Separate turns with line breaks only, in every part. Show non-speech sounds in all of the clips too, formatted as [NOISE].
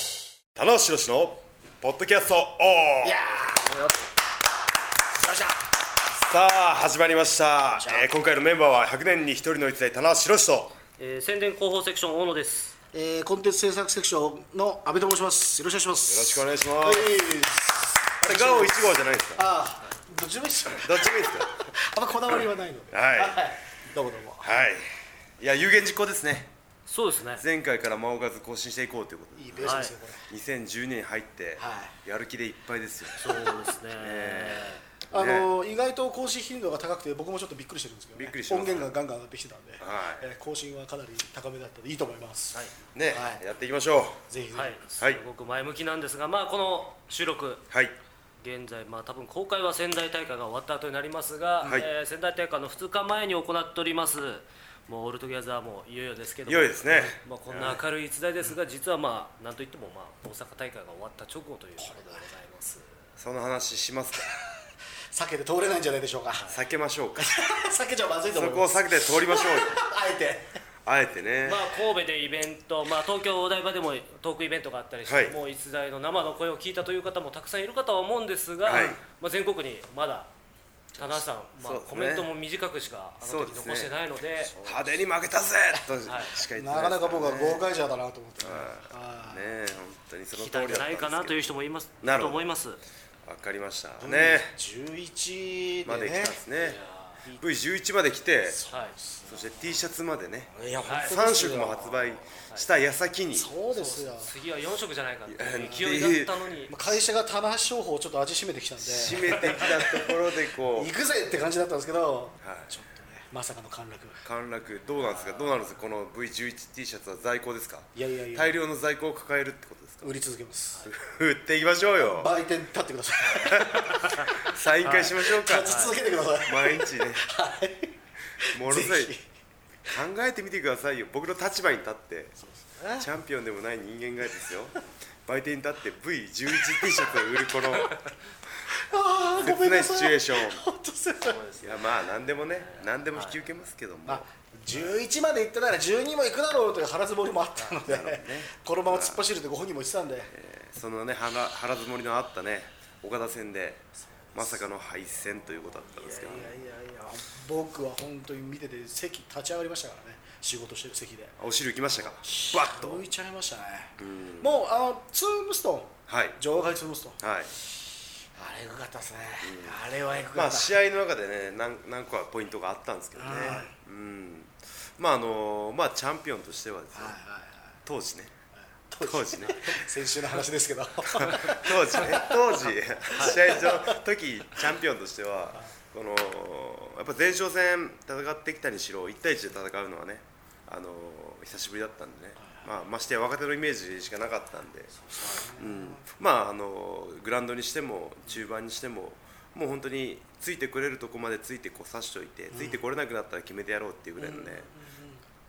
しろしのポッドキャストオン
いやーよっしゃ
さあ始まりました、えー今回のメンバーは100年に一人の逸材棚橋宏と
えー、宣伝広報セクション大野です。
えー、コンテンツ制作セクションの阿部と申しますよろしくお願いします
よろしくお
い
願
し
いします、あれガオ1号じゃないですか
ああどっちもいいっすよね
どっちもいいですか
あんまこだわりはないので
はい
どうもどうも
はいいや有言実行ですね
そうですね。
前回から間をかず更新していこうということで
いいベースですよ、
2012年入って、
は
やる気でいっぱいですよ
そう
[LAUGHS]
ですね。
これ、あのー、意外と更新頻度が高くて僕もちょっとびっくりしてるんですけど、ね、
びっくりします
音源がガンガン上がってきてたんで、
はい
えー更新はかなり高めだったのでいいと思います、
はい
ね、
はい
やっていきましょう
ぜひぜひ、
はい、すごく前向きなんですが、まあこの収録
はい
現在まあ多分公開は仙台大会が終わった後になりますが、
はい
えー仙台大会の2日前に行っております。もうオールトギャザーもいよいよですけども、
いよいよですね
まあこんな明るい逸材ですが、実はまあなんといってもまあ大阪大会が終わった直後ということでございます。
その話しますか
避けて通れないんじゃないでしょうか
避けましょうか
[LAUGHS] 避けちゃまずいと
そ
思い
こを
ます
避けて通りましょうよ
あえて
あえてね、
まあ、神戸でイベント、まあ、東京お台場でもトークイベントがあったりして、
はい
もう逸材の生の声を聞いたという方もたくさんいるかとは思うんですが、
はい
まあ、全国にまだ田中さん、まあ
そうですね
コメントも短くしかあの時残してないので
派手に負けたぜとしか言って
なか
で
な
す
か僕は
ね
豪快者だなと思って、ね
ねえ本当にその
聞
通
きたい
り
ん
だ
じ
っ
ゃ
たん
な
ですけど
いかなという人もいます
なるほ
と
ど
思います。
わかりましたね
11
ま
で
で来
ね
たんですね V11 まで来て
はい、
そして T シャツまでね
いや本当です
3
よ
色も発売した矢先に
そうですよ
次は4色じゃないかって
い
い
や
う勢いだったのに
まあ会社が棚橋商法をちょっと味しめてきたんで
締めてきたところでこ
行くぜって感じだったんですけど、
はい
ちょっとねまさかの陥落
う陥落どうなんですかどうなるんですかこの V11T シャツは在庫ですか
いやいやいや
大量の在庫を抱えるってことですか
売り続けます
[LAUGHS] 売っていきましょうよ
売店立ってください
サイン会しましょうか
立ち続けてください、
毎日ねものす
[LAUGHS]
ごい
ぜひ
考えてみてくださいよ僕の立場に立って、チャンピオンでもない人間がですよ売店に立って V11T シャツを売るこの
[LAUGHS] ああごめ
切
ん
な
ない
シチ
さ
ュエー
い
ション
本当すいません
いやまあ何でもね何でも引き受けますけども、
まあ11まで行ったなら12も行くだろうという腹積もりもあったので、このまま突っ走るってご本人も言ってたんで、
そのね腹腹積もりのあったね岡田戦でまさかの敗戦ということだったんですけど、ね、
いやいやいや僕は本当に見てて席立ち上がりましたからね仕事してる席で
お汁きましたかバッと
浮いちゃいましたねもうあのツームストン
はい
場外ツームストン
はい
あれエグかったですね、あれはエグ
ま
か
あ
った、
試合の中でね何何個かポイントがあったんですけどね、うんまああのまあチャンピオンとしてはですね、
はいはいはい
当時ね当時ね
先週の話ですけ [LAUGHS] ど
当 [LAUGHS] 時ね当時試合の時チャンピオンとしてはこのやっぱ前哨戦戦ってきたにしろ1対1で戦うのはねあの久しぶりだったんでね、まあ、ましてや若手のイメージしかなかったんで、うん、まああのグラウンドにしても中盤にしてももう本当についてくれるとこまでついてこう刺しといて、ついてこれなくなったら決めてやろうっていうぐらいのね、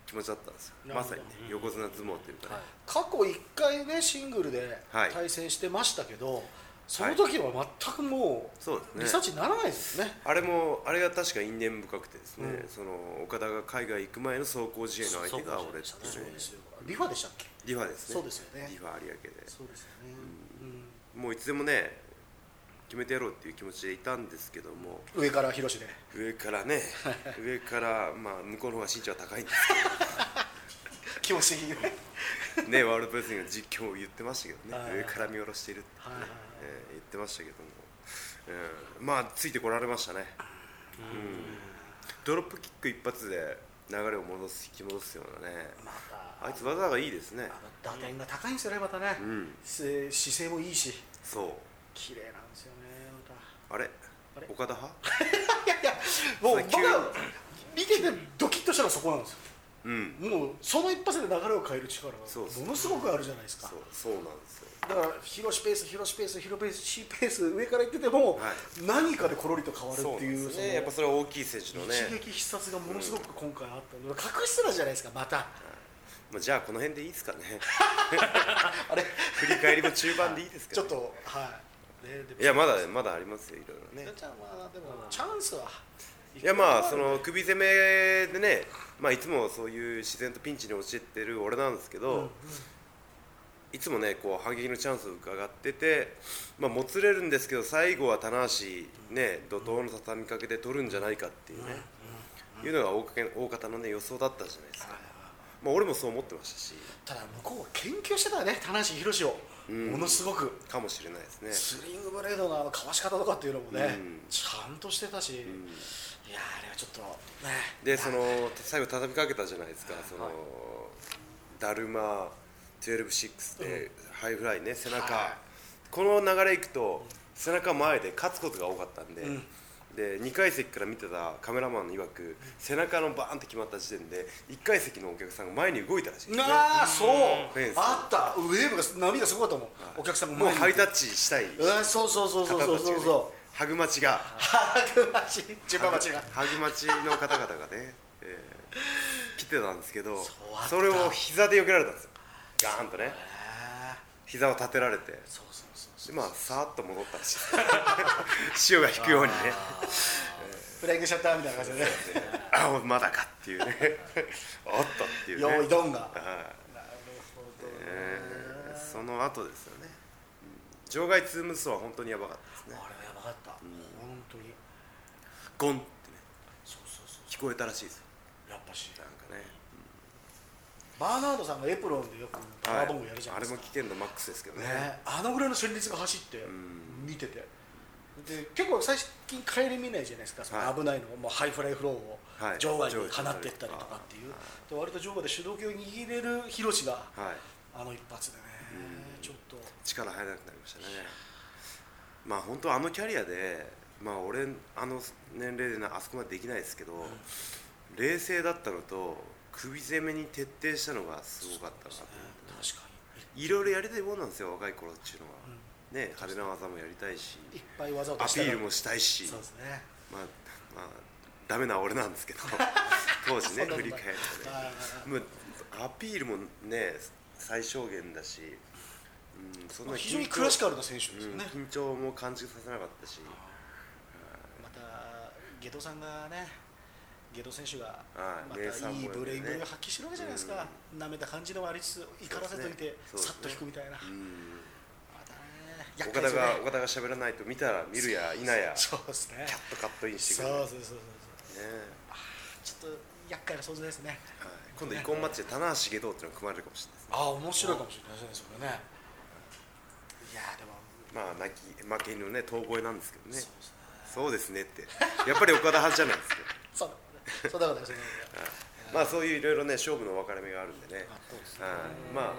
気持ちだったんですよ
なる
ま
ほ
さ
ど
にね横綱相撲というかね、
過去1回ねシングルで
はい
対戦してましたけど、その時は全くも
そうです
う
ね
リサーチにならないですね
あれもあれが確か因縁深くてですね、その岡田が海外行く前の走行試合の相手が俺って
そ
いううね
ですよリファでしたっけ
リファですね
そうですよね
リファ有明で
そうですよね、
もういつでもね決めてやろうっていう気持ちでいたんですけども
上から広ロで
上からね上からまあ向こうの方が身長は高いんで
気持ち的にね
す [LAUGHS] ねワールドプロレスリングの実況も言ってましたけどね
はい
上から見下ろしているって、
はいはいはい
えー言ってましたけども、うんまあついてこられましたね、うんドロップキック一発で流れを戻す引き戻すようなね
[LAUGHS] また
あいつ技がいいですね
あの打点が高いんですよねまたね、
ん
せ姿勢もいいし
そう
綺麗なんですよねまた
あれ
れ
岡田派
いやいやもう
さあ急
僕は見ててドキッとしたのはそこなんです
うん
よもうその一発で流れを変える力が
そうそう
ものすごくあるじゃないですか
そうそうなんですよ
だから広しペース広しペース広ペース C ペース上から行ってても、
はい
何かでコロリと変わる
そうなん
っていう
ですねやっぱそれは大きい選手
そ
の
の
ね
一撃必殺がものすごく今回あったので隠してたじゃないですかまた
まあ、じゃあこの辺でいいですかね [LAUGHS]
あれ
振り返りも中盤でいいですか、
[LAUGHS] ちょ
ね
っ、とはいねでも
いやまだまだありますよいろいろね
ねちゃんはでもチャンスはい
やまあその首攻めでね、まあ、いつもそういう自然とピンチに陥ってる俺なんですけど、いつもねこう反撃のチャンスを伺ってて、まあ、もつれるんですけど最後は棚橋、ね、怒涛の畳みかけで取るんじゃないかっていうね、いうのが大かけ大方の、ね、予想だったじゃないですか、まあ、俺もそう思ってましたした
だ向こうは研究してたよね田無宏を、ものすごく
かもしれないですね。
スリングブレードのあのかわし方とかっていうのもね、
うん
ちゃんとしてたし、
うん
いやーあれはちょっとね
でその最後畳みかけたじゃないですか、そのダルマ126でハイフライね背中、
はい
この流れいくと背中前で勝つことが多かったんで、
うん
で2階席から見てたカメラマンの曰く背中のバーンって決まった時点で1階席のお客さんが前に動いたらしいですね
なあそう
フェンス
あったウェーブが波がすごかったもん、お客さんも
もうハイタ
ッ
ッチしたい方
うわそうそうそう
たち
そう
が、ね
そうそうそ、
ハグマチが
うハグマチチュパマチが
ハグマチの方々がね、えー来てたんですけど
そうあった
それを膝で避けられたんですよガーンとね
あ
膝を立てられて
そうそうそうそ
で
う
まあさーっと戻った
[LAUGHS]
らしい潮が引くようにね
フライングシャッターみたいな感じでね
ああまだかっていうねおっとっていうね
用意ドンが
はい
なるほどね、
えーその後ですよねうん場外ツームスは本当にやばかったですね
あれはやばかった、本当に
ゴンってね
そうそうそう
聞こえたらしいですよ
やっぱし
なんかね
バーナードさんがエプロンでよくパワーボムやるじゃない
あ
で
れも
すか、
危険度マックスですけどね
ね、あのぐらいの旋律が走って
ん
見てて、で結構最近帰り見ないじゃないですかそ
は
の
い
危ないのを、もうハイフライフローを
はい
場外に
場外に
放っていったりとかっていう、で割と場外で主導権を握れるヒロシが
はい
あの一発でね、ちょっと
力入らなくなりましたねまあ本当あのキャリアでまあ俺あの年齢でなあそこまでできないですけど、冷静だったのと首攻めに徹底したのがすごかったなと
ね確か
いろいろやりたいもんなんですよ若い頃っていうのは、ね派手な技もやりたいし
にいっぱい技を
ア
出し
ピ
た
ール
も
もしたいし
そうですね
まあまあダメな俺なん
[LAUGHS]
ですけど当時ね
そんなことない
振り返るとね
あ
もうアピールもね最小限だし、うん、そん
ま
な
あ非常に
緊張
クラシカルな選手ですよね、
緊張も感じさせなかったし、
また下戸さんがね下戸選手が
はい
ま
名産
たいい
も
ブレイング
ね
が発揮してるわけじゃないですか、舐めた感じでもありつつ怒らせといて、
そうですね
さっと引くみたいな、
うん、
またね
岡田
ですよ
が岡田が喋らないと見たら見るや否やちょ
そうですね
っとカットインして
そ
く
う
る、
そう
ね
そうそう
は
ちょっと厄介な存在ですね
い、今度遺婚マッチで棚橋下道っていうのが組まれるかもしれないですね
ああ面白いかもしれないですねそれねいやーでも
まあ泣き負け犬のね遠吠えなんですけどね
そうですね
そうですねってやっぱり岡田派じゃないですか
[LAUGHS] そうだねそうだからねそうだからね
まあそういういろいろね勝負の分かれ目があるんでね
あそうですね
はいまあ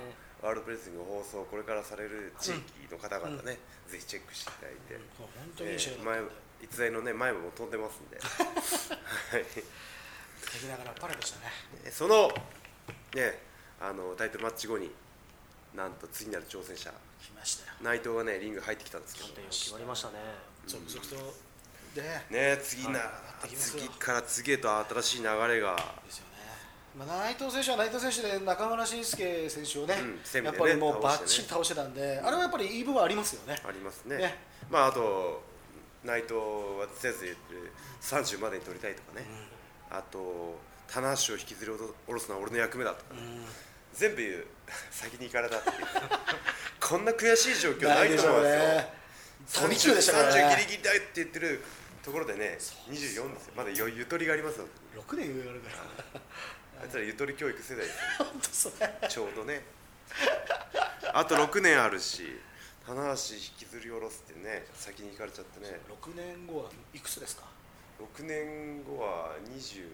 ワールドプレスリングの放送これからされる地域の方々ね、ぜひチェックしていただいて、
本当にいい試合
え
だっ
ー
たん
前
で、
逸材のね前も飛んでます
[LAUGHS]
んで
敵ながらパレでしたね
そのねあのタイトルマッチ後になんと次なる挑戦者
来ましたよ
内藤がねリング入ってきたんですけど
判定決まりましたね
続々とでね
ね次な、
ってきますよ
次から次へと新しい流れが
ですよね、まあ、内藤選手は内藤選手で中村慎介選手をね,、
うんセミでね
やっぱりもうバ
倒してね
ッチリ倒してたんで、あれはやっぱり言い分はありますよね、
ありますね
ね
まああと内藤は先生言ってる30までに取りたいとかね、あと棚橋を引きずり下ろすのは俺の役目だとかね、全部言う [LAUGHS] 先に行かれたっていうこんな悔しい状況ないと思うんですよ、
飛び級でしたから
30ギ
ね
リギリだよって言ってるところでね24ですよまだ余ゆとりがありますよ
6年上がるから
あいつらゆとり教育
[LAUGHS]
世代ですよ
本当それ
ちょうどねあと6年あるし棚橋引きずり下ろすってね先に行かれちゃってね
6年後はいくつですか
6年後は20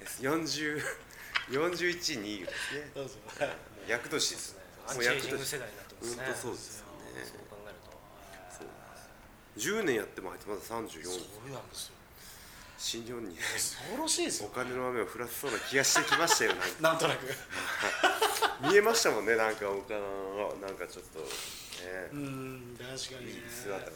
えー4041にですね
どうぞ
役年です
アン
もう
チエイ
役
ジング
年
世代になってますね
本当そうですよね
そう考える
そう10年やってもあいつまだ34
そうなんですよ
新日本に
恐ろしいです
お
よ
金の雨を降らせそうな気がしてきましたよなんか
なんとなく
見えましたもんねなんかお金はなんかちょっとね
うん確かにね
姿がね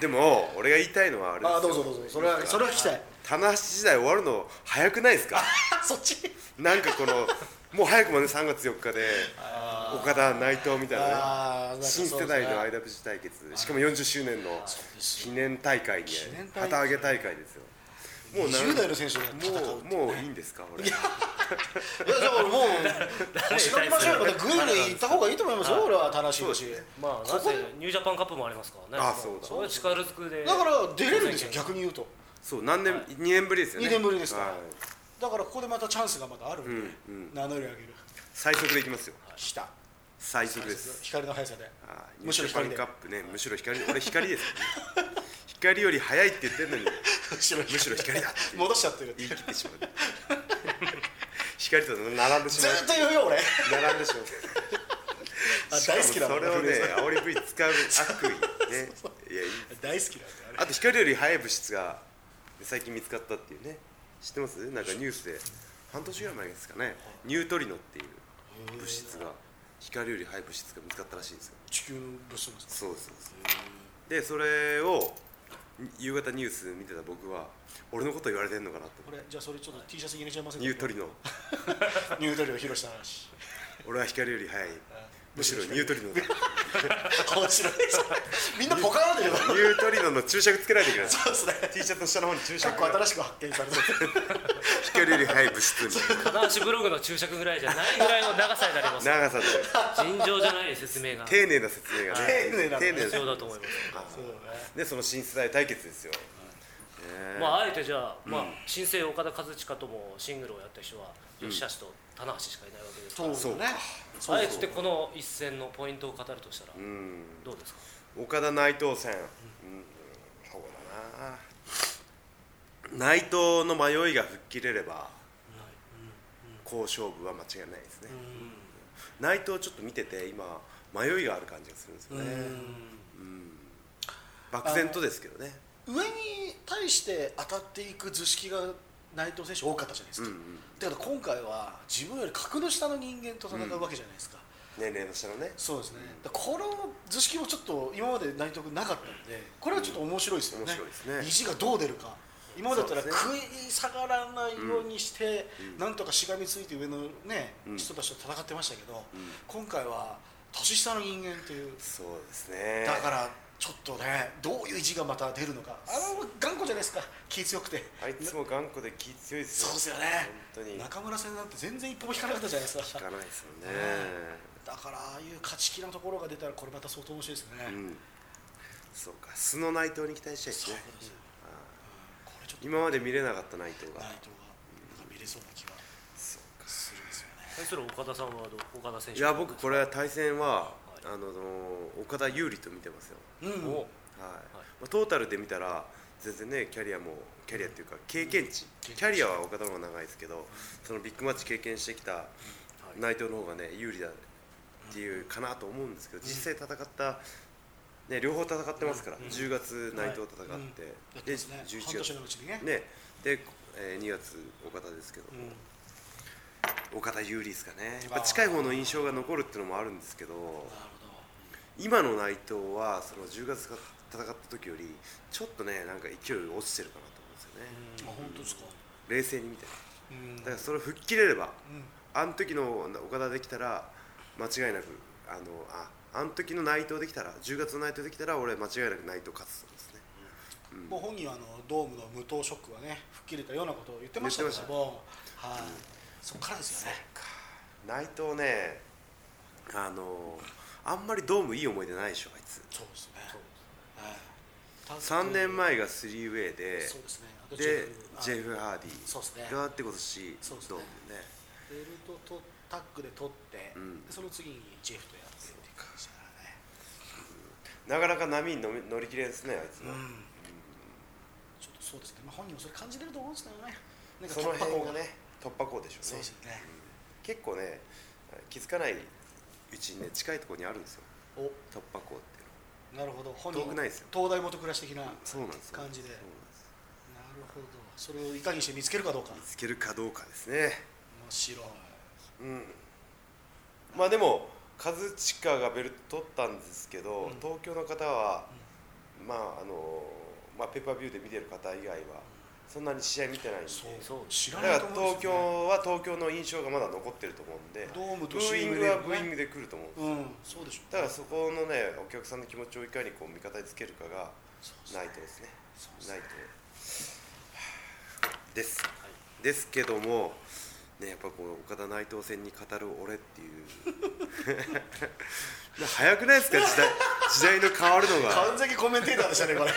でも俺が言いたいのはあれですよ
あどうぞどうぞそれはそれは聞きたい
棚橋時代終わるの早くないですか
そっち
なんかこのもう早くもね3月4日で岡田内藤みたいなね
ああ
新世代の IWC 対決しかも40周年の
そうです
記念大会に
記念大会
旗揚げ大会ですよもうな
20代の選手が戦うって
もうもういいんですか俺
いやだからもう押しかけましょうよまたグイグイ行った方がいいと思いますよ俺は楽しいし
まあ、
こ
な
こ
ぜニュージャパンカップもありますからね。
あそうだ
それは力ずくで。
だから出れるんですよ逆に言うと
そう何年、二年ぶりですよね
二年ぶりですから
はい
だからここでまたチャンスがまだあるんで、
うんうん
名乗り上げる
最速でいきますよ
した
最速です
光の速さで [LAUGHS]
はい
むしろ光
ニュージ
で
ャパンカップねむしろ光俺光ですよね [LAUGHS] 光より速いって言ってるのに
むしろ
むしろ光だって
戻しちゃってる
言い切ってしまう光と並んでし
ず
まう
ーっと言う [LAUGHS] よ俺
並んでしまう
あ大好きだもん
それを
フレ
ね
ーズ
煽り V 使う悪意ねいやいい
大好きだって
あと光より速い物質が最近見つかったっていうね知ってますなんかニュースで半年ぐらい前ですかねニュートリノっていう物質が光より速い物質が見つかったらしいんですよ
地球の物質なんです
そうそうそうでそれを夕方ニュース見てた僕は俺のこと言われてんのかなと思って
これじゃあそれちょっと T シャツに入れちゃいます
ニュートリノ
ニュートリを披露した話
俺は光より速いむしろニュートリノだ
面白い [LAUGHS] みんなポカーンだけど
ニュートリノの注釈つけないといけない
そうですね
T シャツの下の方に注
結
釈
構
が
新しく発見されてる
光より速い物質みたいな
男子ブログの注釈ぐらいじゃないぐらいの長さになります。
長さで
尋常じゃない説明が。
丁寧な説明がね
丁寧なのね
丁寧
必要
な
だと思います。
そうだね
でその新世代対決ですよ、ね
まあ、あえてじゃあ、まあ、新生岡田和親ともシングルをやった人は、吉橋と棚橋しかいないわけですから。
そうだね
あえてこの一戦のポイントを語るとしたら、
うん
どうですか。
岡田内藤戦、うん、そうだな内藤の迷いが吹っ切れれば、好勝負は間違いないですね、内藤ちょっと見てて今迷いがある感じがするんですよね、うん漠然とですけどね
上に対して当たっていく図式が内藤選手多かったじゃないですか、
うんうん
だから今回は自分より格の下の人間と戦うわけじゃないですか、
年齢の下のね
そうですね、だからこの図式もちょっと今まで内藤君なかったんでこれはちょっと面白いです
う
よね、
ん面白いですね
意地がどう出るか今までだったら
そう
食
です
い下がらないようにして、なんとかしがみついて上の、ね
うん
人たちと戦ってましたけ
ん
ど、今回は年下の人間という
そうですね
だからちょっとねどういう意地がまた出るのかあの頑固じゃないですか気強くて
あいつも頑固で気強いですよ
そうですよね
本当に
中村戦なんて全然一歩も引かなかったじゃないです
聞
か
かないですよね、
だからああいう勝ち気なところが出たらこれまた相当面白いですね、
うん、そうか素の内藤に期待したいですね
そうですよこれちょっと
今まで見れなかった内藤が
内藤が見れそうな気が
そうか
するんですよね
対する岡田さんはどう、岡田選
い
手。
や僕これは対戦は、
い
あの岡田優里と見てますよ、
うん
お
はいまあ、トータルで見たら全然ねキャリアもキャリアっていうか経験値、
うん
キャリアは岡田の方が長いですけど、そのビッグマッチ経験してきた内藤の方がね有利だっていうかなと思うんですけど実際戦った、ね、両方戦ってますから、10月内藤戦って、
はいうんやって
で
ますね半
11
年
月
のうちにね
ね、で、えー、2月岡田ですけど、
うん
岡田有利ですかねやっぱ近い方の印象が残るっていうのもあるんですけど
なるほど
今の内藤はその10月が戦った時よりちょっとねなんか勢いが落ちてるかなと思うんですよ
あ
ね、
本当ですか
冷静に見て
うん
だからそれを吹っ切れれば、
うん
あの時の岡田できたら間違いなくあのああの時の内藤できたら10月の内藤できたら俺間違いなく内藤勝つんですね
もう本人はあのドームの無糖ショックはね吹っ切れたようなことを言ってましたけども、はい、そこからですよね。
内藤ねあのあんまりドームいい思い出ないでしょあいつ
そうですね。
3年
前
前がスリーウェイで
そうですね。あと
でジ
ジェ
ェ
フ
フ・ハーデ
そうですね
ィがってことし
そうです
ド
ね
ームね
ベルトとタッグで取って、
うん
でその次にジェフとやってっていう感じだか
なか
らね。
なか波に乗り乗り切れんですねあいつ
う
の、
ん。ちょっとそうですね。まあ本人もそれ感じてると思うんですけどね。なんか
その
突破口
辺がね突破口でしょ
そうう
ね
ですよね。
結構ね気づかないうちにね近いところにあるんですよ
お、
突破口っていうのは
なるほど。本人は
遠くないですよ
東大元暮らし的な。
そうなんですよ
感じで
そうなんです
なるほど。それをいかにして見つけるかどうか。面
見つけるかどうかですね
白
う
い。
んまあでも和親がベルト取ったんですけど、
うん
東京の方は、まああのまあペーパービューで見てる方以外はそんなに試合見てないんで
そう
そう
知
だ
ら
から
ないと思うん
東
です
京
よ、ね、
は東京の印象がまだ残ってると思うんで
ドーム
ブ
と
ーイ
CM
ン
で
グは
ね
ブーイングで来ると思う
うんそうでしょう
だからそこのねお客さんの気持ちをいかにこう味方につけるかが
そう
ナイトですね
そう
ナイトです
はい
ですけども、ね、やっぱこう岡田内藤戦に語る俺っていう早くないですか時代時代の変わるのが
完全にコメンテーターでしたねこれ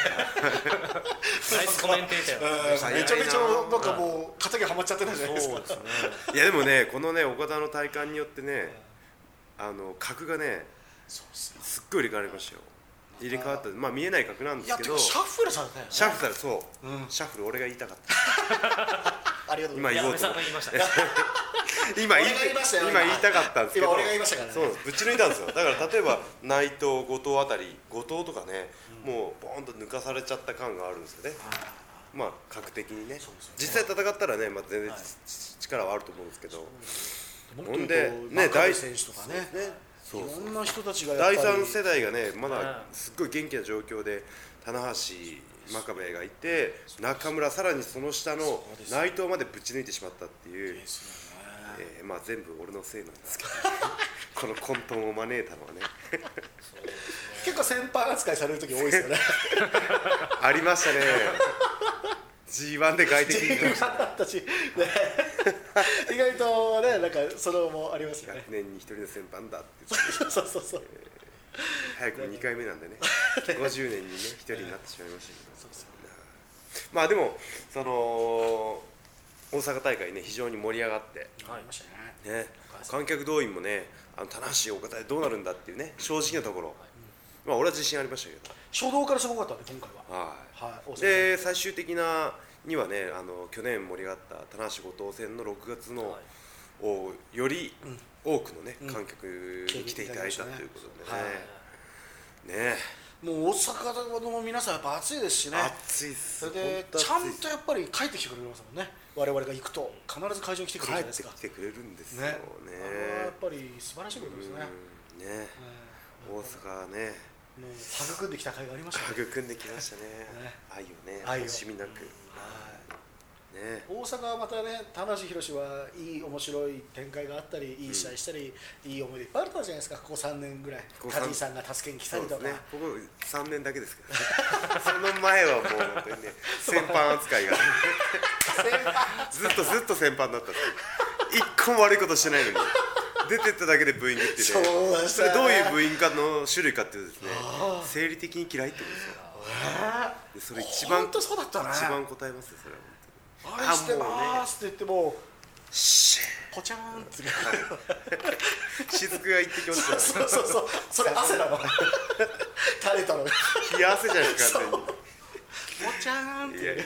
ナイスコメンテーター
うんめちゃめちゃなんかもう肩がはまっちゃってないじゃないです
そ
か
うですね
いやでもねこのね岡田の体感によってねあの格がね
そうっすよ
すっごい入れ替わりましたよ入れ替わったまあ見えない格なん
い
で
や
すけ
て
ど
かシ
シ
ャッフルされたよね
ャッフルさそう、
うん
シャッフル俺が言いたかった
[LAUGHS] ありがとうござい
今
い
ます
や
言おう
安
と思
倍さん
っ
が
て
言いましたね
今言い
俺が言いましたよ
今言いたかったんですけど
今俺が言いましたからね
そうぶち抜いたんですよだから例えば内藤後藤あたり後藤とかね、もうボーンと抜かされちゃった感があるんですよねまあ格的にね
そうですよね
実際戦ったらね、まあ、全然、
はい
力はあると思うんですけど
もっと言う
ほん
と
でね
ね大選手とかね
そうそうそう
いろんな人たちがやっ
第
ぱり
3世代がねま
はい
だすっごい元気な状況で棚橋真壁がいて中村さらにその下の
うです
内藤までぶち抜いてしまったっていう
ですよね
えーまあ全部俺のせいなんですけど [LAUGHS] この混沌を招いたのはね
結構先輩扱いされる時多いですよ
[LAUGHS]
ね
ありましたね G1 で外敵に来ました
私ね意外とねなんかそれもありますよね
100年に一人の先輩なんだって言って
そうそうそう
早くも2回目なんでね50年にね一人になってしまいましたけ
そうそう
どまあでもその大阪大会ね非常に盛り上がって
はい
ありましたね
ね、観客動員もね、あの棚橋、岡田でどうなるんだっていうね、正直なところ、まあ、俺は自信ありましたけ
初動からすごかったね今回
ど、
は
はい
はい大阪
で最終的なにはねあの、去年盛り上がった棚橋後藤戦の6月の、
はい
をより多くの、ね
ん
観客に来ていただいたということでね。ね
もう大阪の皆さんやっぱ暑いですしね
暑いっす
それで
本当
ちゃ
暑い
ん
っす
とやっぱり帰ってきてくれますもんね我々が行くと必ず会場に来てくれるじゃないで
帰
す
っ
か
てきてくれるんですよ
ね
ね。
あれはやっぱり素晴らしいことですね
うんね大阪ね、
うんもう育んできた甲斐がありましたね
育んできましたね
ね。
愛をね、
愛を
惜しみなく。ね。
大阪はまたね田無宏はいい面白い展開があったりいい試合したり、いい思い出いっぱいあったじゃないですかここ3年ぐらい
ここ
カ
三
ジーさんが助けに来た
そ
り
うで
と
す
か、
ね。ここ三年だけですけど、ね、 [LAUGHS] その前はもう本当に
[LAUGHS]
ね、先般扱いが、ね、ずっとずっと先般だったんですよ。一個も悪いことしてないのに、出てっただけでブーイングって
そう
ね。
だね
それどういう部員かの種類かっていうとですね、生理的に嫌いってことですよ。でそれ一番
ほんとそうだったね
一番答えますよそれは。
愛してますって言っても
シ
ポチャーンって
ーン雫が言ってきましたよ。
そうそうそうそれ汗なの垂れたのが
冷や汗じゃないですか完全に。
ポチャーンって
いやいや、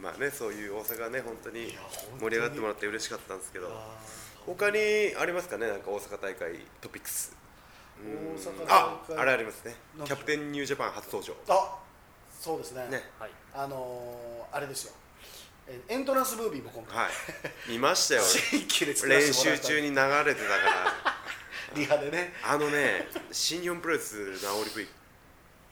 まあね、そういう大阪はね、本当に盛り上がってもらって嬉しかったんですけど。他にありますかね、なんか大阪大会トピックス。
大阪
あ、
大会
あれありますね。
なん
キ
か
ャプテンニュージャパン初登場。
あそうですね
ね、
はい
あのーあれですよえエントランスムービーも今回
はい。見ま
[LAUGHS]
したよ。
新規で作らせ
練
ても
習
らった
中に流れてたか
リハでね
ら。あのね、新日本プロレスの煽り食い。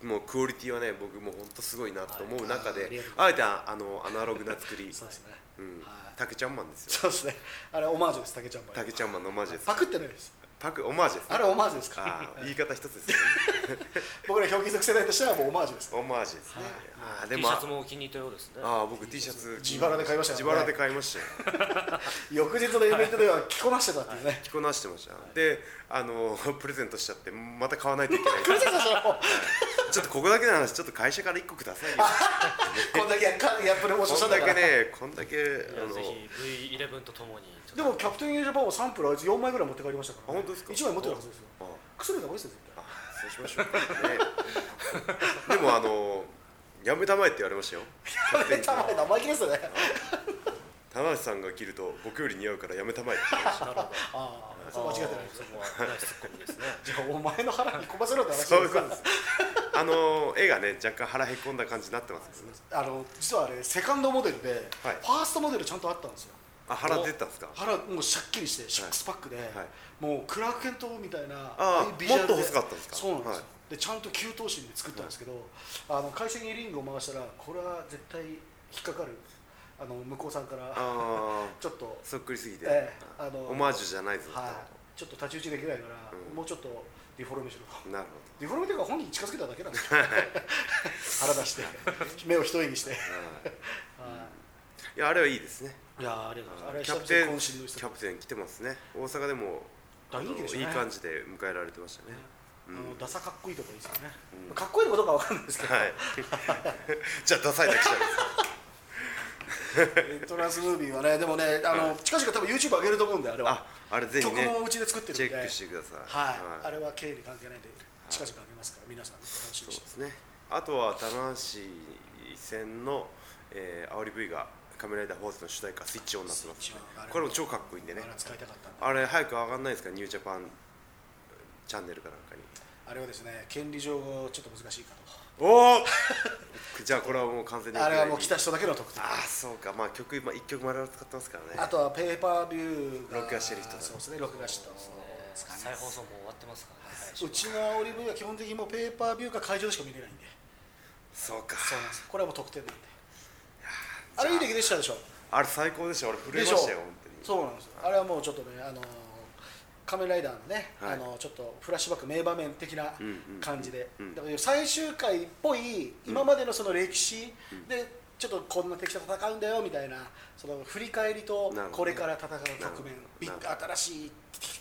もうクオリティはね、僕もう本当すごいなと思う中
はいあーあり
で
がとう、
あえてああのアナログな作り。
そうですね
うん
はい、
竹ちゃんマンですよ。
そうですねあれオマージュです竹ちゃんも
竹ちゃんマンのオマージュです
パ。クってないです
パクオマージュですね。
あれオマージュです
あ
か
ー言い方一つですよね。
僕ら表記族世代としてはもうオマージュです
オマージュですね。あーで
T シ
も
ャツもお気に入ったようですね
ああー僕 T シャツ
自腹で買いましたよね
自腹で買いましたよ。
翌日のイベントでは着こなしてたっていうね
着こなしてました。で、あの [LAUGHS] プレゼントしちゃってまた買わないといけない。
[LAUGHS] プレゼントしたらもう
ちょっとここだけの話ちょっと会社から一個くださいよ。
こんだけやかやっぱり面白
こ
そうんだ
だ
か
け
ら
ねこんだけ
い
あ
や
の
ぜひ V11 とともにちょっと
でもキャプテン・ユージャパンはサンプルあいつ4枚ぐらい持って帰りましたか
あ
ら、
本当ですか
1枚持ってるはずですよ
あ
くすぐった方がいいですよ
あそうしましょうね。でもあのやめたまえって言われましたよ。
絶対たまに生意気ですよね
田中さんが着ると僕より似合うからやめたまえって言われました。
なるほど
ああそう間違ってない
そこはナイスツッコミですね
じゃあお前の腹にこばせろって話
そういう
です
ことです。あの絵がね若干腹へこんだ感じになってますけどね。
あの実はあれセカンドモデルで、
はい
ファーストモデルちゃんとあったんですよ
あ腹出たんですか。
腹もうしゃっきりしてシックスパックで、もうクラーク・ケントみたいな
あー
ビジュアル
もっと細かったんですか
そうなんですよ、
はい
でちゃんと給湯芯で作ったんですけど、あの会社にリングを回したらこれは絶対引っかかるあの向こうさんから
ああ。
ちょっと
そっくりすぎて、
ええあの
オマージュじゃないぞと、
はい、ちょっと太刀打ちできないから、
うん
もうちょっとディフォルメしろと
なる
ディフォルメというか本人に近づけただけ
[LAUGHS]
なんですよ腹出して目を一重にして、はい
ほど、はいいやあれはいいですね
いやーありがとうございます。
キ
あ
ャ
れ
プテン
は一つ渾身の一つ
キャプテン来てますね大阪でも
大人気でしょう
いい
ね
感じで迎えられてましたね
あ
うん
のダサかっこいいところいいですよね
うん。
かっこいいとこどうかわかんないで
[LAUGHS]
すけど、
はいじゃあダサいだけじゃないですか
エントランスムービーはね、でもね、あの近々多分 YouTube 上げると思うんで、あれは
あ。あれぜひ
曲
ね
もうちで作ってるん
チ
で、
ェックしてください
はい、あ
い
れは経理関係ないんで、近々上げますから、皆さん楽し
そ
み
う
にして
で。すねあとは棚橋戦の、えー、煽り V が「仮面ライダーフォース」の主題歌「スイッチオン」になってます
スイッチオンあれも
これも超かっこいいんでね
あれは使いたかったんで。
あれ早く上がんないですかニュージャパンチャンネルかなんか
[LAUGHS]
に
あれはですね、権利上ちょっと難しいか
おお [LAUGHS] じゃあこれはもう完全に
と。あれはもう来た人だけの得点。
ああそうかまあ曲今一曲丸々使ってますからね
あとはペーパービューが
録画してる人だ
そうですね、録画した人ですかね
再放送も終わってますからね来週
うちのオリーブは基本的にもうペーパービューか会場でしか見れないんで、
そうか
そうなんですよこれはもう得点なんで。あれいい出来でしたでしょ。
あれ最高でした俺震え
で
ま
しょ
したよ本当に
そうなんですよあれはもうちょっとねあの仮面ライダーのね、
はい
あのちょっとフラッシュバック名場面的な
うんうん
感じで、
うん
だから最終回っぽい今までのその歴史でちょっとこんな敵と戦うんだよみたいなその振り返りと
なるほど
これから戦う局面
なるほど
ビッグ新しい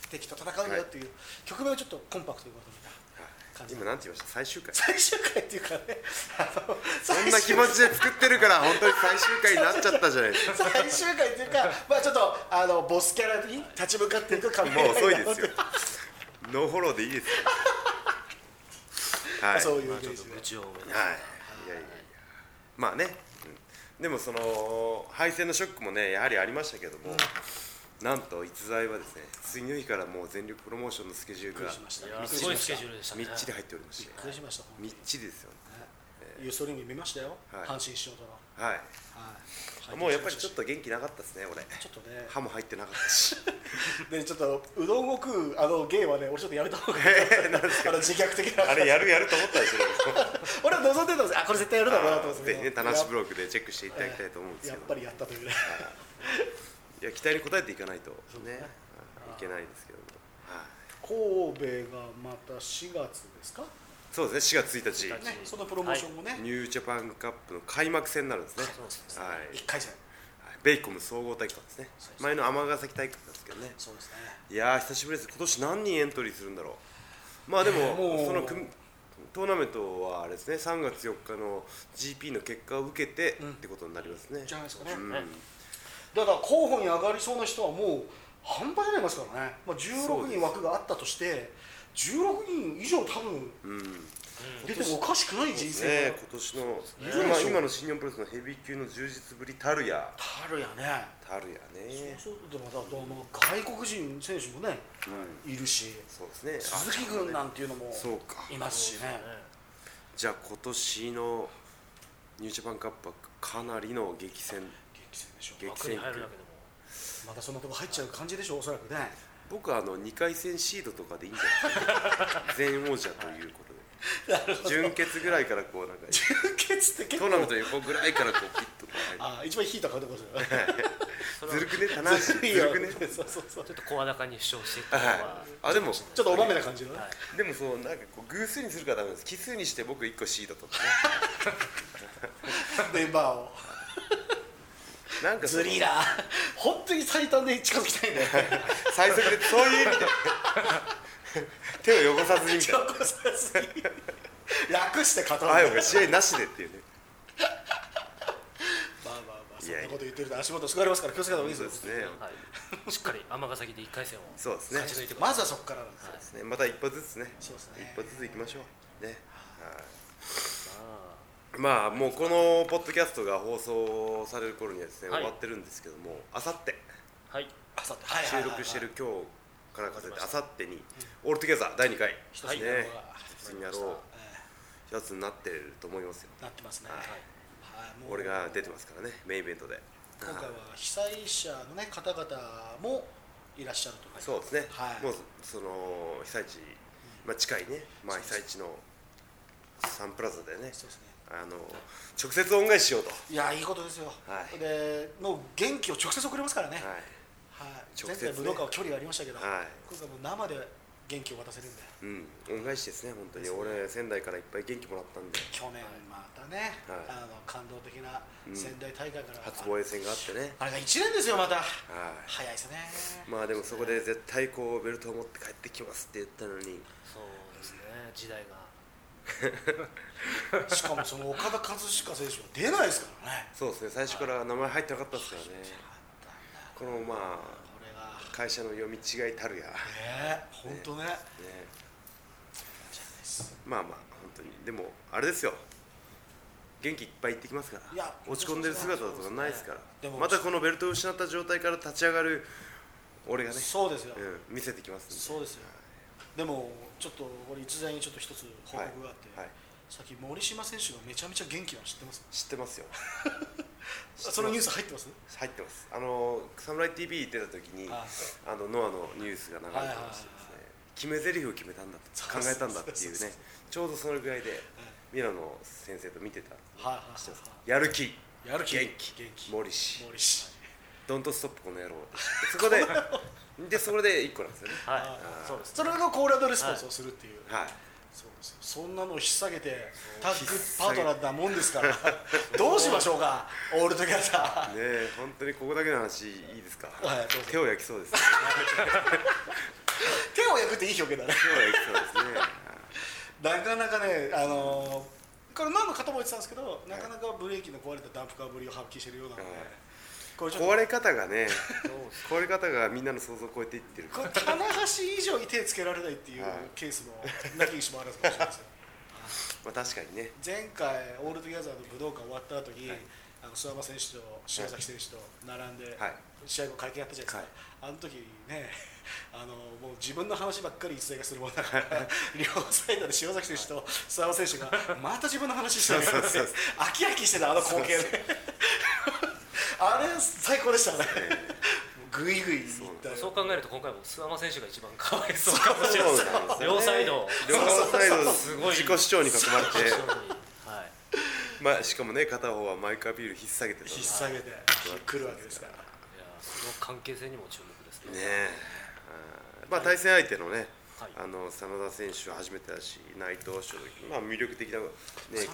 敵と戦うんだよっていう局面をちょっとコンパクトにまとめた
は
感
い
じ
今なんて言いました最終
[LAUGHS]
回
最終回っていうかねあの
そんな気持ちで作ってるから本当に最終回になっちゃったじゃないですか
最終回っていうか、まあ、ちょっとあのボスキャラに立ち向か [LAUGHS] っていく仮面ライ
もう
ダー
遅いですよノーフォローでいいですよはい
そう
はい
いう
まあ
イメ
ちょ
ー
っと
ジで
愚痴を埋めて
いやいやいやまあね、うんでもその敗戦のショックもねやはりありましたけども、なんと逸材はですね次の日からもう全力プロモーションのスケジュール
びっく
が
りしました
い
びっ
や
くりし
すご
ま
いスケ
し
ジュ
た
ールでしたね
みっちり入っておりまして
びっくりしました
みっちりですよね
ユーストリーム見ましたよ
はい
阪神師匠との
はい、
はい
もうやっぱりちょっと元気なかったですね俺
ちょっとね
歯も入ってなかったし
でちょっとうどんを食うあの芸はね俺ちょっとやめた方が
[LAUGHS]
いいあの自虐的な
[LAUGHS] あれやるやると思ったんですよ
俺は望んでたんですあこれ絶対やるだろうなと思って
ぜひね棚橋ブ
ロ
ログでチェックしていただきたいと思うんです
や
け
っ
ど
ぱりやったというね
いや期待に応えていかないとね
そうですね
はいいけないですけども、はい、
神戸がまた4月ですか
そうですね4月1日
はい
ねそのプロモーションもね
ニュージャパンカップの開幕戦になるんですね
そうですね
はい
一回戦
ベイコム総合体育館ですね
そうです
前の尼崎体育館ですけどね
そうですね
いやー久しぶりです今年何人エントリーするんだろうまあでも,、
ねえもう
その組トーナメントはあれですね3月4日の GP の結果を受けて、
うん
ってことになりますね
じゃないですかね
うん
ね
だから候補に上がりそうな人はもう半端じゃないですからね、まあ、
そう
16
です
人枠があったとして16人以上多分
うん
出てもおかしくない人
ね
生
え今年の、
すね
今今の新日本プロレスのヘビー級の充実ぶりたるや
たるやね
たるやね
そうそうでもだからまあ外国人選手もね
う
いるし
そうですね
鈴木軍なんていうのも
そうか
いますしね
じゃあ今年のニュージャパンカップはかなりの激戦
激戦でしょ
激
枠に入るだけでも
またそんなとこ入っちゃう感じでしょおそらくね
[LAUGHS] 僕はあの2回戦シードとかでいいんじゃないですか全王者ということで準決ぐらいからこうなんか
準決って結
トー
構
ナメント横ぐらいからこうピッとこう
あ一番ヒートかかってことですよ
それ
ず
は
るくね棚橋ず
ずるいよ
るくね
[LAUGHS] そうそうそう
ちょっと声高に主張していったのは、
はいあでも
ちょっとおまめな感じのね、
はい
でもそうなんかこう偶数にするからダメです奇数にして僕1個シードとかね
メンバーを
なんかその
ずりだ本当に最短で近づきたいんだよね
最速でそういう意味で手を汚さずにみたいな
横さす
[LAUGHS]
ぎ楽して勝た
あ
ない
よが試合なしでっていうね
まあまあまあそ
い
ん
やいや
なこと言ってると足元すくわれますから気をつけた方がいい
そう
で
ですす
よ、
ね
はい、しっかり尼崎で1回戦を
そうですね
勝ち抜いてくださ
ま
い、
ずはそこからなんですよ
は
ね
い
また一歩ずつね
そうですね
一歩ずつ行きましょうねはい
ま
ま
あ
あもうこのポッドキャストが放送される頃にはですね、
はい
終わってるんですけどもあさって
はい、
あさってはいはい
収
はいはい
録してる今日から数えて
わかり
あ
ま
さってに「オールトゥゲザー」第2回
一つ
ね
目の方が
一つにやろ
え
うやつになってると思いますよ
えなってますね
はい
はいもう
俺が出てますからねメインイベントで
今回は
はい
被災者のね方々もいらっしゃるとか
そうですね、
はい
もうその被災地、まあ、近いね、まあ、被災地のサンプラザでね
そうですね
あの直接恩返ししようと、
いやいいことですよ、
はい
での元気を直接送れますからね、
はい
はい
直
前
接ね
回武道館は距離がありましたけど、
はい
今回もう生で元気を渡せるんで
うん、恩返しですね、本当に、
ですね
俺、仙台からいっぱい元気もらったんで、
去年またね、
はい
あの感動的な仙台大会から、
初防衛戦があってね、
あれが1年ですよまた
は
早いですね
い、まあでもそこで絶対こうベルトを持って帰ってきますって言ったのに、
そうですね時代が
しかもその岡田和親選手は出ないですからね
そうですね、最初から名前入ってなかったですからね、このま
こ
あ、
れが
会社の読み違いたるや、ね、
ね本当ね
まあまあ、本当に、でも、あれですよ、元気いっぱい言ってきますから、
いや
落ち込んでる姿とかないですから、
でも
またこのベルトを失った状態から立ち上がる俺がね、
そうですよ、
うん、見せてきますんで
そうですよでもちょっとこれ一材にちょっと一つ報告があって、
はいはい
さっき森島選手がめちゃめちゃ元気なの知ってます
知ってますよ。
あそのニュース入ってます
入ってますあの「サムライ TV」出た時に
はい
あのノアのニュースが流れてましてです
はいはい
ね
はい
決め台詞を決めたんだと
そう
考えたんだってい
そう
う
そう [LAUGHS]
ねちょうどそのぐらいでミラノ先生と見てた
はいはい
知ってます
は
やる気
やる気
元気
元気
森氏
森島
ドントストップこの野郎そこででそれで一個なんですよね
はい
あ
そうです
それのコールアドレスポンスをするっていう、
はい
そうですよそんなのを引っ提げてタッグパートナーなもんですから [LAUGHS] どうしましょうかオールトギャザー
ね
[LAUGHS]
え本当にここだけの話いいですか
はいどうぞ
手を焼きそうですね
手を焼くっていい表現だね
手を焼きそうです
[LAUGHS]
ね
なかなかね、あのーこれ前の方も言ってたんですけど、なかなかブレーキの壊れたダンプカーぶりを発揮してるようなので、
はい
これちょっと
壊れ方がね
そうです
壊れ方がみんなの想像を超えていってる
これ棚橋以上に手つけられないっていう
はい
ケースもなきにしもあらずかもしれないですよ
まあ確かにね
前回オールトギャザーの武道館終わった後に、あの諏訪間選手と塩崎選手と並んで、
はい
試合後会見やったじゃないですか、あの時ね [LAUGHS] あのもう自分の話ばっかり一切がするもんだから両サイドで塩崎選手と諏訪間選手がまた自分の話してるからって
そうそう
飽き飽きしてたあの光景
そうそ
であれ最高でしたねぐいぐいいったよ
そう考えると今回も諏訪間選手が一番かわいそうかもしれない
そうなんですよね
両サイド
両サイド
すごい
自己主張に囲まれ
非
て
常にはい
まあしかもね片方はマイクアピール引っ提げてた
引
ね
っ提げて来るわけですから
いやその関係性にも注目ですね
えあーまあ対戦相手のね
はい
あの真田選手は初めてだし内藤翔まあ魅力的なね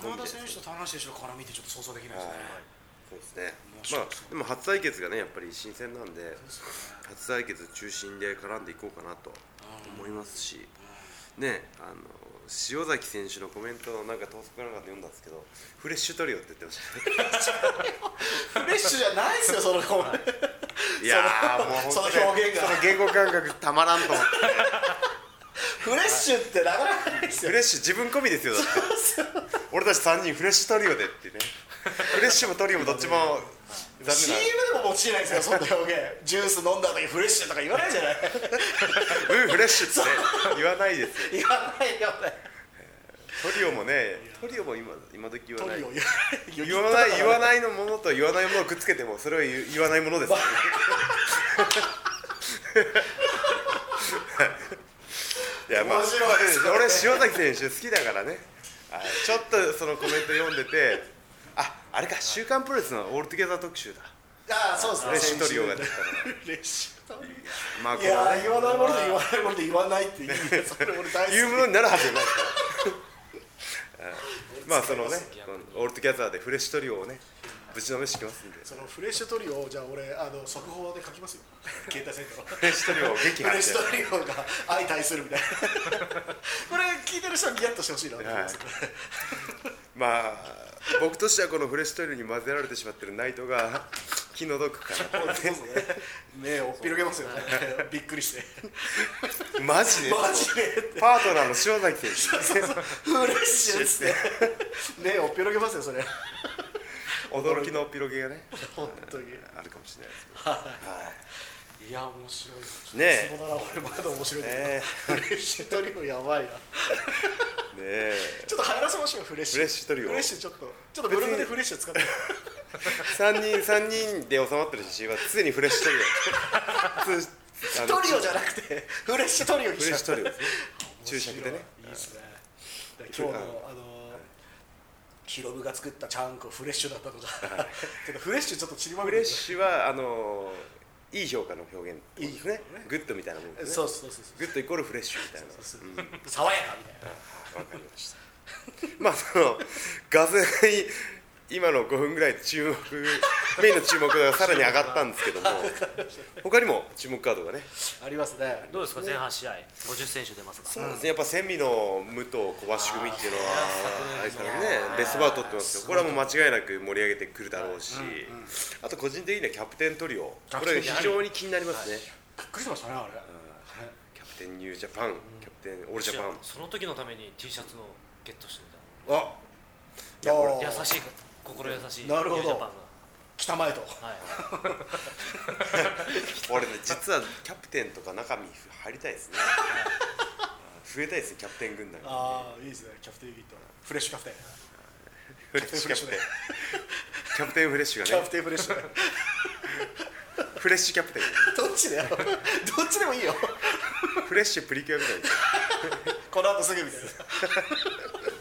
コンビ
真
です
田選
ね
手と棚橋選手の絡みってちょっと想像できないですね、
はいそうですね
面白
ま
い
あでも初対決がねやっぱり新鮮なんで
そうですね
初対決中心で絡んでいこうかなと思いますしねあの塩崎選手のコメントをなんか遠足かなんかで読んだんですけどフレッシュトリオって言ってました
フレッシュじゃないですよそのコメント
いやーもう本当に
その表現が
その言語感覚たまらんと思って
フレッシュってなかなかないです
フ
よ
レッシュ自分込みですよだって俺たち3人フレッシュトリオでってねフレッシュもトリオもどっちも残
CM でも用いないですよそんな表現ジュース飲んだ時フレッシュとか言わないじゃない
念なうんフレッシュって言わないですよ
言わないよね
トリオもねトリオも今今時言わ
ト
ない
リオ
言わない言わ
い
ないのものと言わないものをくっつけてもそれは言う言わないものですよ
[LAUGHS]
ねいやまあ
面白いですね
俺塩崎選手好きだからねはいちょっとそのコメント読んでてああれか「週刊プロレス」のオールトゥギャザー特集だ
ああそうですね
フレッシュトリオが出たの
フレッシュトリ
まあ
オ
こ
い
れは
や
ね
ー言わないもので言わないもので言わないっていいねそれ俺大好き
言 [LAUGHS] うものになるはずじゃない
[LAUGHS]
ですからうんまあそのね
逆
こ
に
のオールトゥギャザーでフレッシュトリオをねぶちのめしてきますんで
そのフレッシュトリオをじゃあ俺あの速報で書きま
[LAUGHS]
すよ携帯センター
フレッシュトリオを撃
フ
破
レッ
し
シ
て
ュトリオが相対するみたいなこれ聞いてる人はギヤッとしてほしいなと思います、
まあ僕としてはこのフレッシュトイレに混ぜられてしまってるナイトが気の毒かな
そうですね。 [LAUGHS] 目をおっぴろげますよね。びっくりして。
マジで
[LAUGHS] マジで。
パートナーの塩崎選
フレッシュっつって。目をおっぴろげますよそれ。
手驚きのピロゲがね
本当に。
あるかもしれないですけど
いや面白いです。
ねえ
そうだな俺まだ面白いけど。
ね
フレッシュトリオやばいな。
ねえ
ちょっと流行らせましょうフレッシュ。
フレッシュトリオ
フレッシュちょっとちょっとブログでフレッシュ使って。
3人三人で収まってるしは常にフレッシュトリオつあの
トリオじゃなくてフレッシュトリオに
フ
し
レッ
ま
シュ
した
トリオですね注釈でね
いいですね。で今日のあの。ヒロムが [LAUGHS] 作ったちゃんこフレッシュだったとか、ちょっとフレッシュちょっと散りま
フ
み
レ
れ
ッシュはあのいい評価の表現ってことですね
いい評価ね
グッドみたいなもんですね
そうそうそうそう
グッドイコールフレッシュみたいな
そう
うん
爽やかみたいな
わかりました。 [LAUGHS] まあその画然今の5分ぐらいで注目メインの注目がさらに上がったんですけども他にも注目カードがね
ありますね
どうですか前半試合50選手出ますが
そうですねやっぱ千里の武藤小橋組っていうのは
あー
あれですからねベストバー取ってますけどこれはもう間違いなく盛り上げてくるだろうしあと個人的にはキャプテントリオこれが非常に気になりますね
びっくりしてましたねあれ
キャプテンニュージャパンキャプテンオールジャパン
その時のために T シャツをゲットしてみた
あ
いやこ
優しい心優しい
なるほど
ニュージャパン
来たまえと
がはい
俺ね実はキャプテンとか中身入りたいです
[LAUGHS]
ね増えたいですねキャプテン軍団が
ああいいですねキャプテンユニットフレッシュキャプテン
フレッシュキャプテンキャプテンフレッシュ
キ
が
ャ
ね
プテンフレッシュ
フレッシュキャプテン
[LAUGHS] どっちだよ [LAUGHS] どっちでもいいよ
フレッシュプリキュアみたいな
この後すぐみたいな [LAUGHS]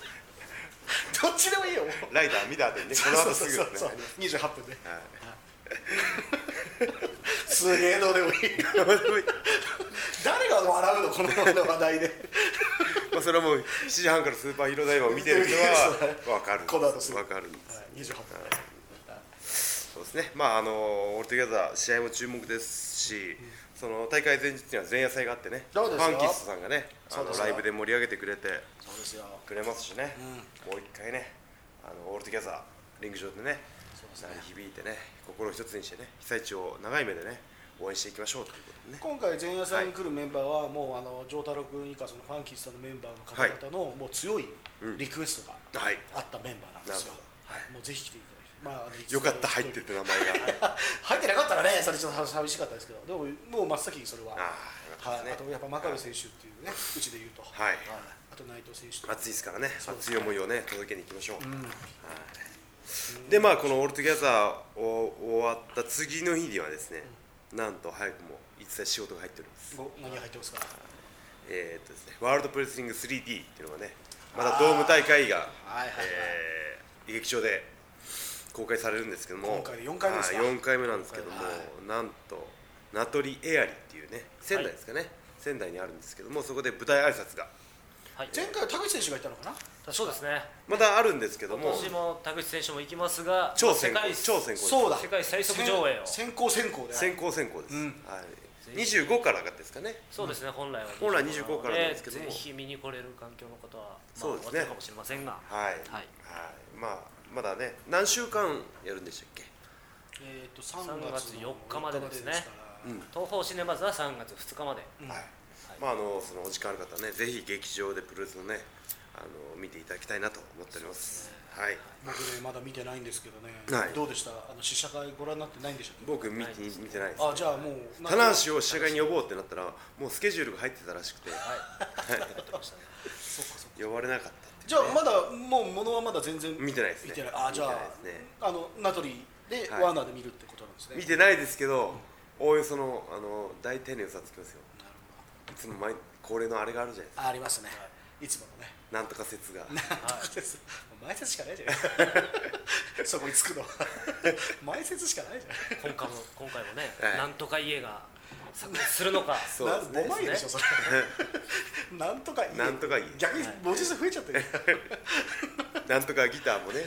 どっちでもいいよもう
ライダー見た後にねこの後すぐ
そう
で
そ
す
うそう
ね
28分で
はい
[LAUGHS] すげえどうでもいい [LAUGHS] 誰が笑うのこの話題で
まあそれはもう7時半からスーパーヒーローダイバーを見てる人
見てる人
は分かる
この後すぐ
分かるんです
はい28分
そうですねまああのオールトゥギャザー試合も注目ですしその大会前日には前夜祭があってねフ
そうですよ
ァンキストさんがねあ
そうで
の
すよ
ライブで盛り上げてくれて
そうですよ
くれますしね、もう一回ねあのオールトゥギャザーリング上でね鳴り響いてね心を一つにしてね被災地を長い目でね応援していきましょうということでね
今回前夜祭に来るメンバーはもうあの城太郎君以下そのファンキーさんのメンバーの方々のもう強いリクエストが
はい
あったメンバーなんですよ
なる
はいもうぜひ来ていただきたいまああの
よかった入ってて名前が
[LAUGHS] 入ってなかったらねそれちょっと寂しかったですけどでももう真っ先にそれは
ああよか
は
った
い、
で
あ
す
と
ね
やっぱ真壁選手っていうね、うちで言うと、
はい
あと内藤選手と、
暑いですからね
そうです
熱い
ね
思いをね届けに行きましょう、はいでまあこのオールトゥギャザーを終わった次の日にはですね、なんと早くも一切仕事が入っております
ご何が入ってますか、
えーっとですねワールドプレスリング 3D っていうのがねまたドーム大会が
はいはいはい
えー劇場で公開されるんですけども
今回で四回目ですか
はい四回目なんですけども、
今回
な
は
んと名取エアリっていうね仙台ですかね、仙台にあるんですけどもそこで舞台挨拶が
はい
前回は田口選手がいたのかな、
そうですね
またあるんですけど
今
も
年も田口選手も行きますが
超先行
世界
超先行です
そうだ、
世界最速上映を
先先行先行で、
先行先行です、
うん
はい、25からがですかね
そうですね本来は
本来25からなんですけども
ぜひ見に来れる環境の方は、まあ、
そうですね
終わってるかもしれませんが
はい、
はい
まあまだね何週間やるんでしたっけ
えー、と3
3月
月
4日までですね
うん
東方シネマズは3月2日まで
うん
はい、まああのそのお時間ある方はねぜひ劇場でプロレスのねあの見ていただきたいなと思っておりますはい
僕ね、まだ見てないんですけどね、
はい
どうでした、あの試写会ご覧になってないんでしたっ
僕見,、
ないです
見てないです
け、あじゃあもう、
棚橋を試写会に呼ぼうってなったらもうスケジュールが入ってたらしくて
はいやってましたね
そっかそっか
呼ばれなかったって
じゃあ、まだ、もう、ものはまだ全然
見てないですね
見てない、あじゃあ
見てないですね、
あの名取で、
はい
ワーナーで見るってことなんですね。
見てないですけどおおよそのあの大体の良さつきますよ
なるほど
いつも毎恒例のあれがあるじゃないですか
ありますね、い、つものね、
なんとか説が
[LAUGHS] は説前説しかないじゃない
[LAUGHS]
そこにつくのは前説しかないじゃ
今
[LAUGHS]
回も今回もね、
はい
なんとか家が作曲するのか
そう
ない
です
な
ね
ん5枚でし
[LAUGHS]
ょそれなんとかいい
なんとかいい
逆に文字数増えちゃ
[LAUGHS]
ってる
なんとかギターもね、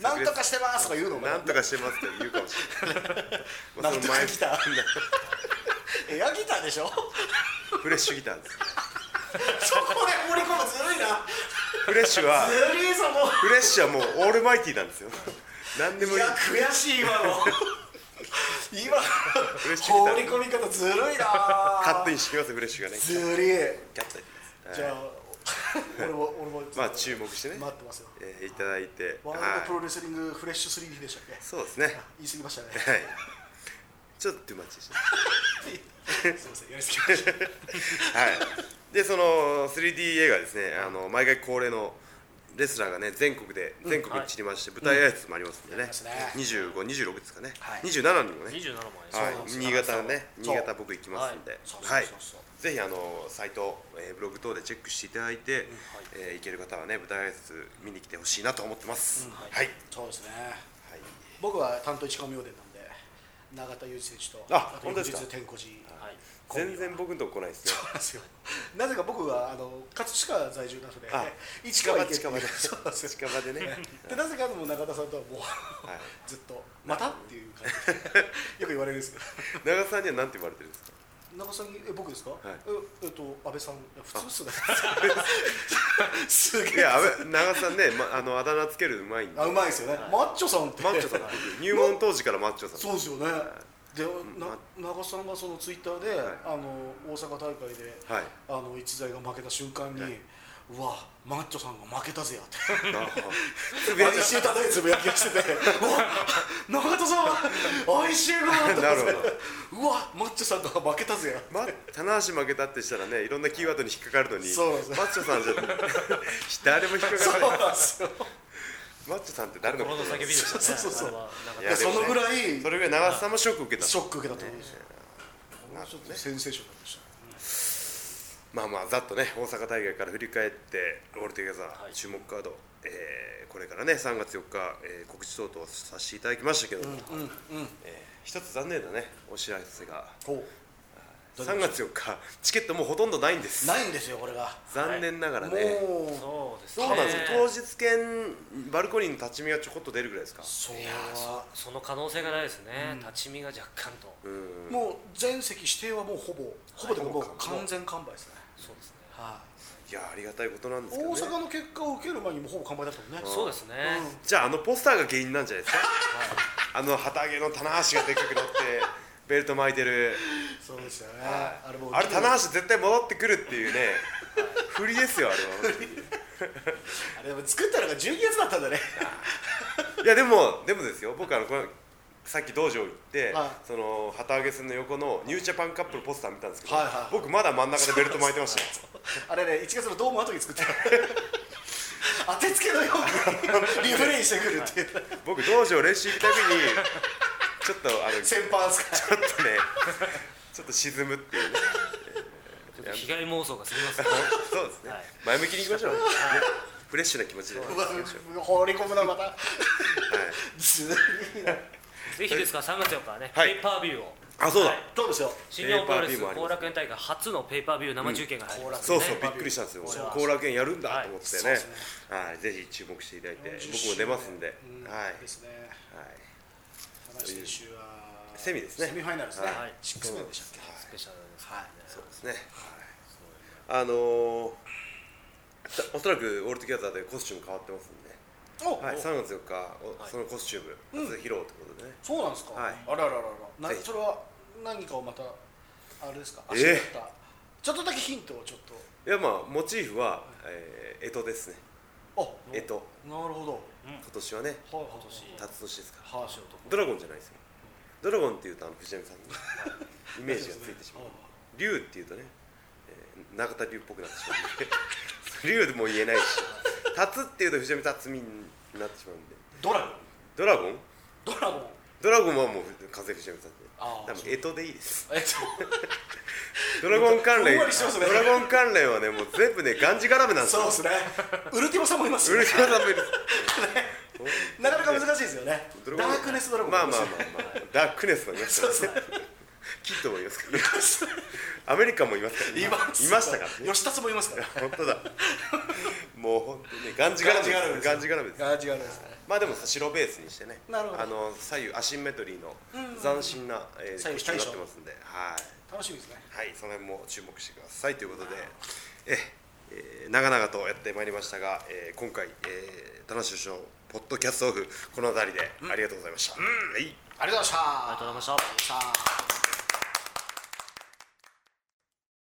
なんとかしてますとか言うのも
なんとかしてますって言うかもしれな
ないん
まあ
と
その
か
前
ギタ [LAUGHS] ーエアギタ
[LAUGHS]
ーでしょそこ
フレッシュギターです
で放り込むずるいな
フレッシュは
ずるいぞもう
フレッシュはもうオールマイティーなんですよ何でも
い
いい
や悔しい今の
[LAUGHS]
今
レッシュギタ
放
ー
り込み方ずるいな
カットインしてきますフレッシュがね
ずるい
キャッとはい
じゃあ、俺も、俺も、
まあ注目してね
待ってますよ。
えーいただいて
ワールドプロレスリングフレッシュ 3D でしたっけ。
そうですねはい
言い過ぎ
[LAUGHS]
ましたね。
ちょっと待ちでした
すみません、やりすぎました。
はい、でその 3D 映画ですねあの毎回恒例のレスラーがね全国で全国に散りまして、舞台挨拶もありますんでね、
やりますね
2526ですかね、
はい
27にもね、
27
は
万円
そう
い、
そう
新潟ね
そう
新潟僕行きますんで、
そう
はい
そうそうそう
ぜひあのサイト、えーブログ等でチェックしていただいて、えー行ける方はね舞台挨拶見に来てほしいなと思ってます、はい、はい
そうですね。僕は担当一川妙伝なんで。永田裕二選手と
あ
あと
本当ですか
翌日天候寺
はい、
全然僕のとこ来ないですね
そうなんですよなぜか僕はあの葛飾在住なので
あ
一
近場
川行けって
近場で
そうなんですよ
近場で
[LAUGHS]
ね、
でなぜかもう中田さんとはもう [LAUGHS]
はい、
ずっと「また?」っていう感じでよく言われるんですけど
長田さんには何て言われてるんですか [LAUGHS]
中田さんにえ僕ですか、
い
ええっと安倍さんいや普通っすね [LAUGHS] す
い
げえ
やあべ長田さんね、ま、 [LAUGHS] あのあだ名つけるうまいんで
あうまいですよね、マッチョさんって
マッチョさん僕入門当時からマッチョさん
そうですよねで、な
ま
長田さんがそのツイッターで、
はい
あの大阪大会で
はい
あの一材が負けた瞬間に、
はいう
わマッチョさんが負けたぜやって
あ
つぶやきしてたねつぶやきをしてて「うわ永田さん哀愁が」と
な
か
るほ
うわマッチョさんが負けたぜや
[LAUGHS] ま、棚橋負けたってしたらねいろんなキーワードに引っかかるのに
そうなんです
マ
よ
ッチョさんじゃ [LAUGHS] 誰も引っか
そう
からない
なんですよ
マッチョさんって誰のこ
心
と
の
な
叫
んで
びですしたね
そうそうそう
あれは
か
な
い
んか
やで
で
も
そ
ね
のぐらい
かそれぐらい長瀬さんもショック受けた
ショック受けたと思うんですよ、
なる
ちょっ
ほど
と
ね
センセーションでしたね
まあまあざっとね大阪大会から振り返ってオールトゥギャザー、
はい
注目カード、えーこれからね3月4日、えー告知等々させていただきましたけども、
うんうん
えー一つ残念なねお知らせが
こう
3月4日チケットもうほとんどないんです
ないんですよこれが、
残念ながらね、
そ
もう
うです
そ
ね
うなんですよ当日券バルコニーの立ち見がちょこっと出るぐらいですか
そう
いやーそその可能性がないですね、
うん
立ち見が若干と
うん
もう全席指定はもうほぼほぼでももう完全完売ですね、
そうですね、
はい
いやありがたいことなんですけど、
大
ね、
阪の結果を受ける前にもうほぼ完売だったもんね
そうですね、
じゃああのポスターが原因なんじゃないですかあの旗揚げの棚橋がでっかくな
[LAUGHS]
ってベルト巻いてる
そうですよね
あ
あれもう
れ棚橋絶対戻ってくるっていうね振りですよあれは本
あれでも作ったのが12月だったんだね
当にいやでもでもですよ僕あのこのさっき道場行って、
はい
その旗揚げ戦の横のニュージャパンカップルポスター見たんですけど、
はいはい
僕まだ真ん中でベルト巻いてましたよ
[LAUGHS] あれね1月のドーム後に作った [LAUGHS] の当てつけのよう
[LAUGHS]
にリフレインしてくるっていう
僕道場練習行くたびにちょっとあの
先般ですか。
ちょっとね、ちょっと沈むっていうね。
ちょっと被害妄想が過ぎますね
そうですね。
はい
前向きにいきましょう。ねフレッシュな気持ちで。はいう
わ放り込むなまたずるいな
ぜひですから3月4日はね、
はい
ペーパービューを
あ、そうだ。
はい
[LAUGHS] どうですよ
新日本プロレ
ペ
ス
ーパービューもあります
後楽園大会初のペーパービュー生中継が入ります、
そうそう、
ね
びっくりしたんですよ
そう。
後楽園やるんだと思っ
はい
て
そうで
ね
すね。
はい、ぜひ注目していただいて、
40
僕も出ますんで。
うん
はい。はい。
ですね田中選手は
セミですね
セミファイナルですね
はい
シックスメンでしたっ
スペシャルですね、
はい
そうですね。はい。あのー。たおそらくオールトギャザーでコスチューム変わってますんで、
けお
はい、3月4日、おそのコスチューム、
うん
初披露ってことでね、
そうなんですか、
はい
あららららな
ぜひ
それは何かをまたあれですか
えー
足だった、ちょっとだけヒントをちょっ
いやまあモチーフは、えー、干支ですね
とあ
干支今
なるほどはい
年はね
はい
今年
辰年ですから
はい
年男
ドラゴンじゃないですよドラゴンっていうとあの藤波さんの
[LAUGHS]
イメージがついてしまう竜っていうとね、えー、中田竜っぽくなってしまうんで [LAUGHS] 竜でも言えないし辰っていうと藤波辰巳になってしまうんで
ドラゴン
ドラゴン
ドラゴン
ドラゴンはもう完全に藤波さんで
あ
多分干支でいいです
えっと
ドラゴン関連
ふんわりしてますね
ドラゴン関連はねもう全部ねがんじがらめなんです
そう
よ
ですねウルティモさんもいます
[LAUGHS] う
よ
る
[LAUGHS] ね
さいダメです
なかなか難しいですよね
ド
ダ
ラゴン
ークネスドラゴン
まあまあまあまあダークネスもいます
そ
か
う
ら
ですね
キッドもいますからアメリカもいますからね
います
いましたからね
吉達もいますから
本当だもう本当にねがんじがらめですがんじがらめです
ガージガラですね
まあでもさ白ベースにしてね
なるほど
あの左右アシンメトリーの斬新なえー
左右
構
対
造
称
になってますんではい
楽しみですね
はいその辺も注目してくださいということでええー長々とやってまいりましたが、えー今回、えー、田中首相ポッドキャストオフこの辺りでありがとうございました、はい
ありがとうございました
ありがとうございました
ありがとうございました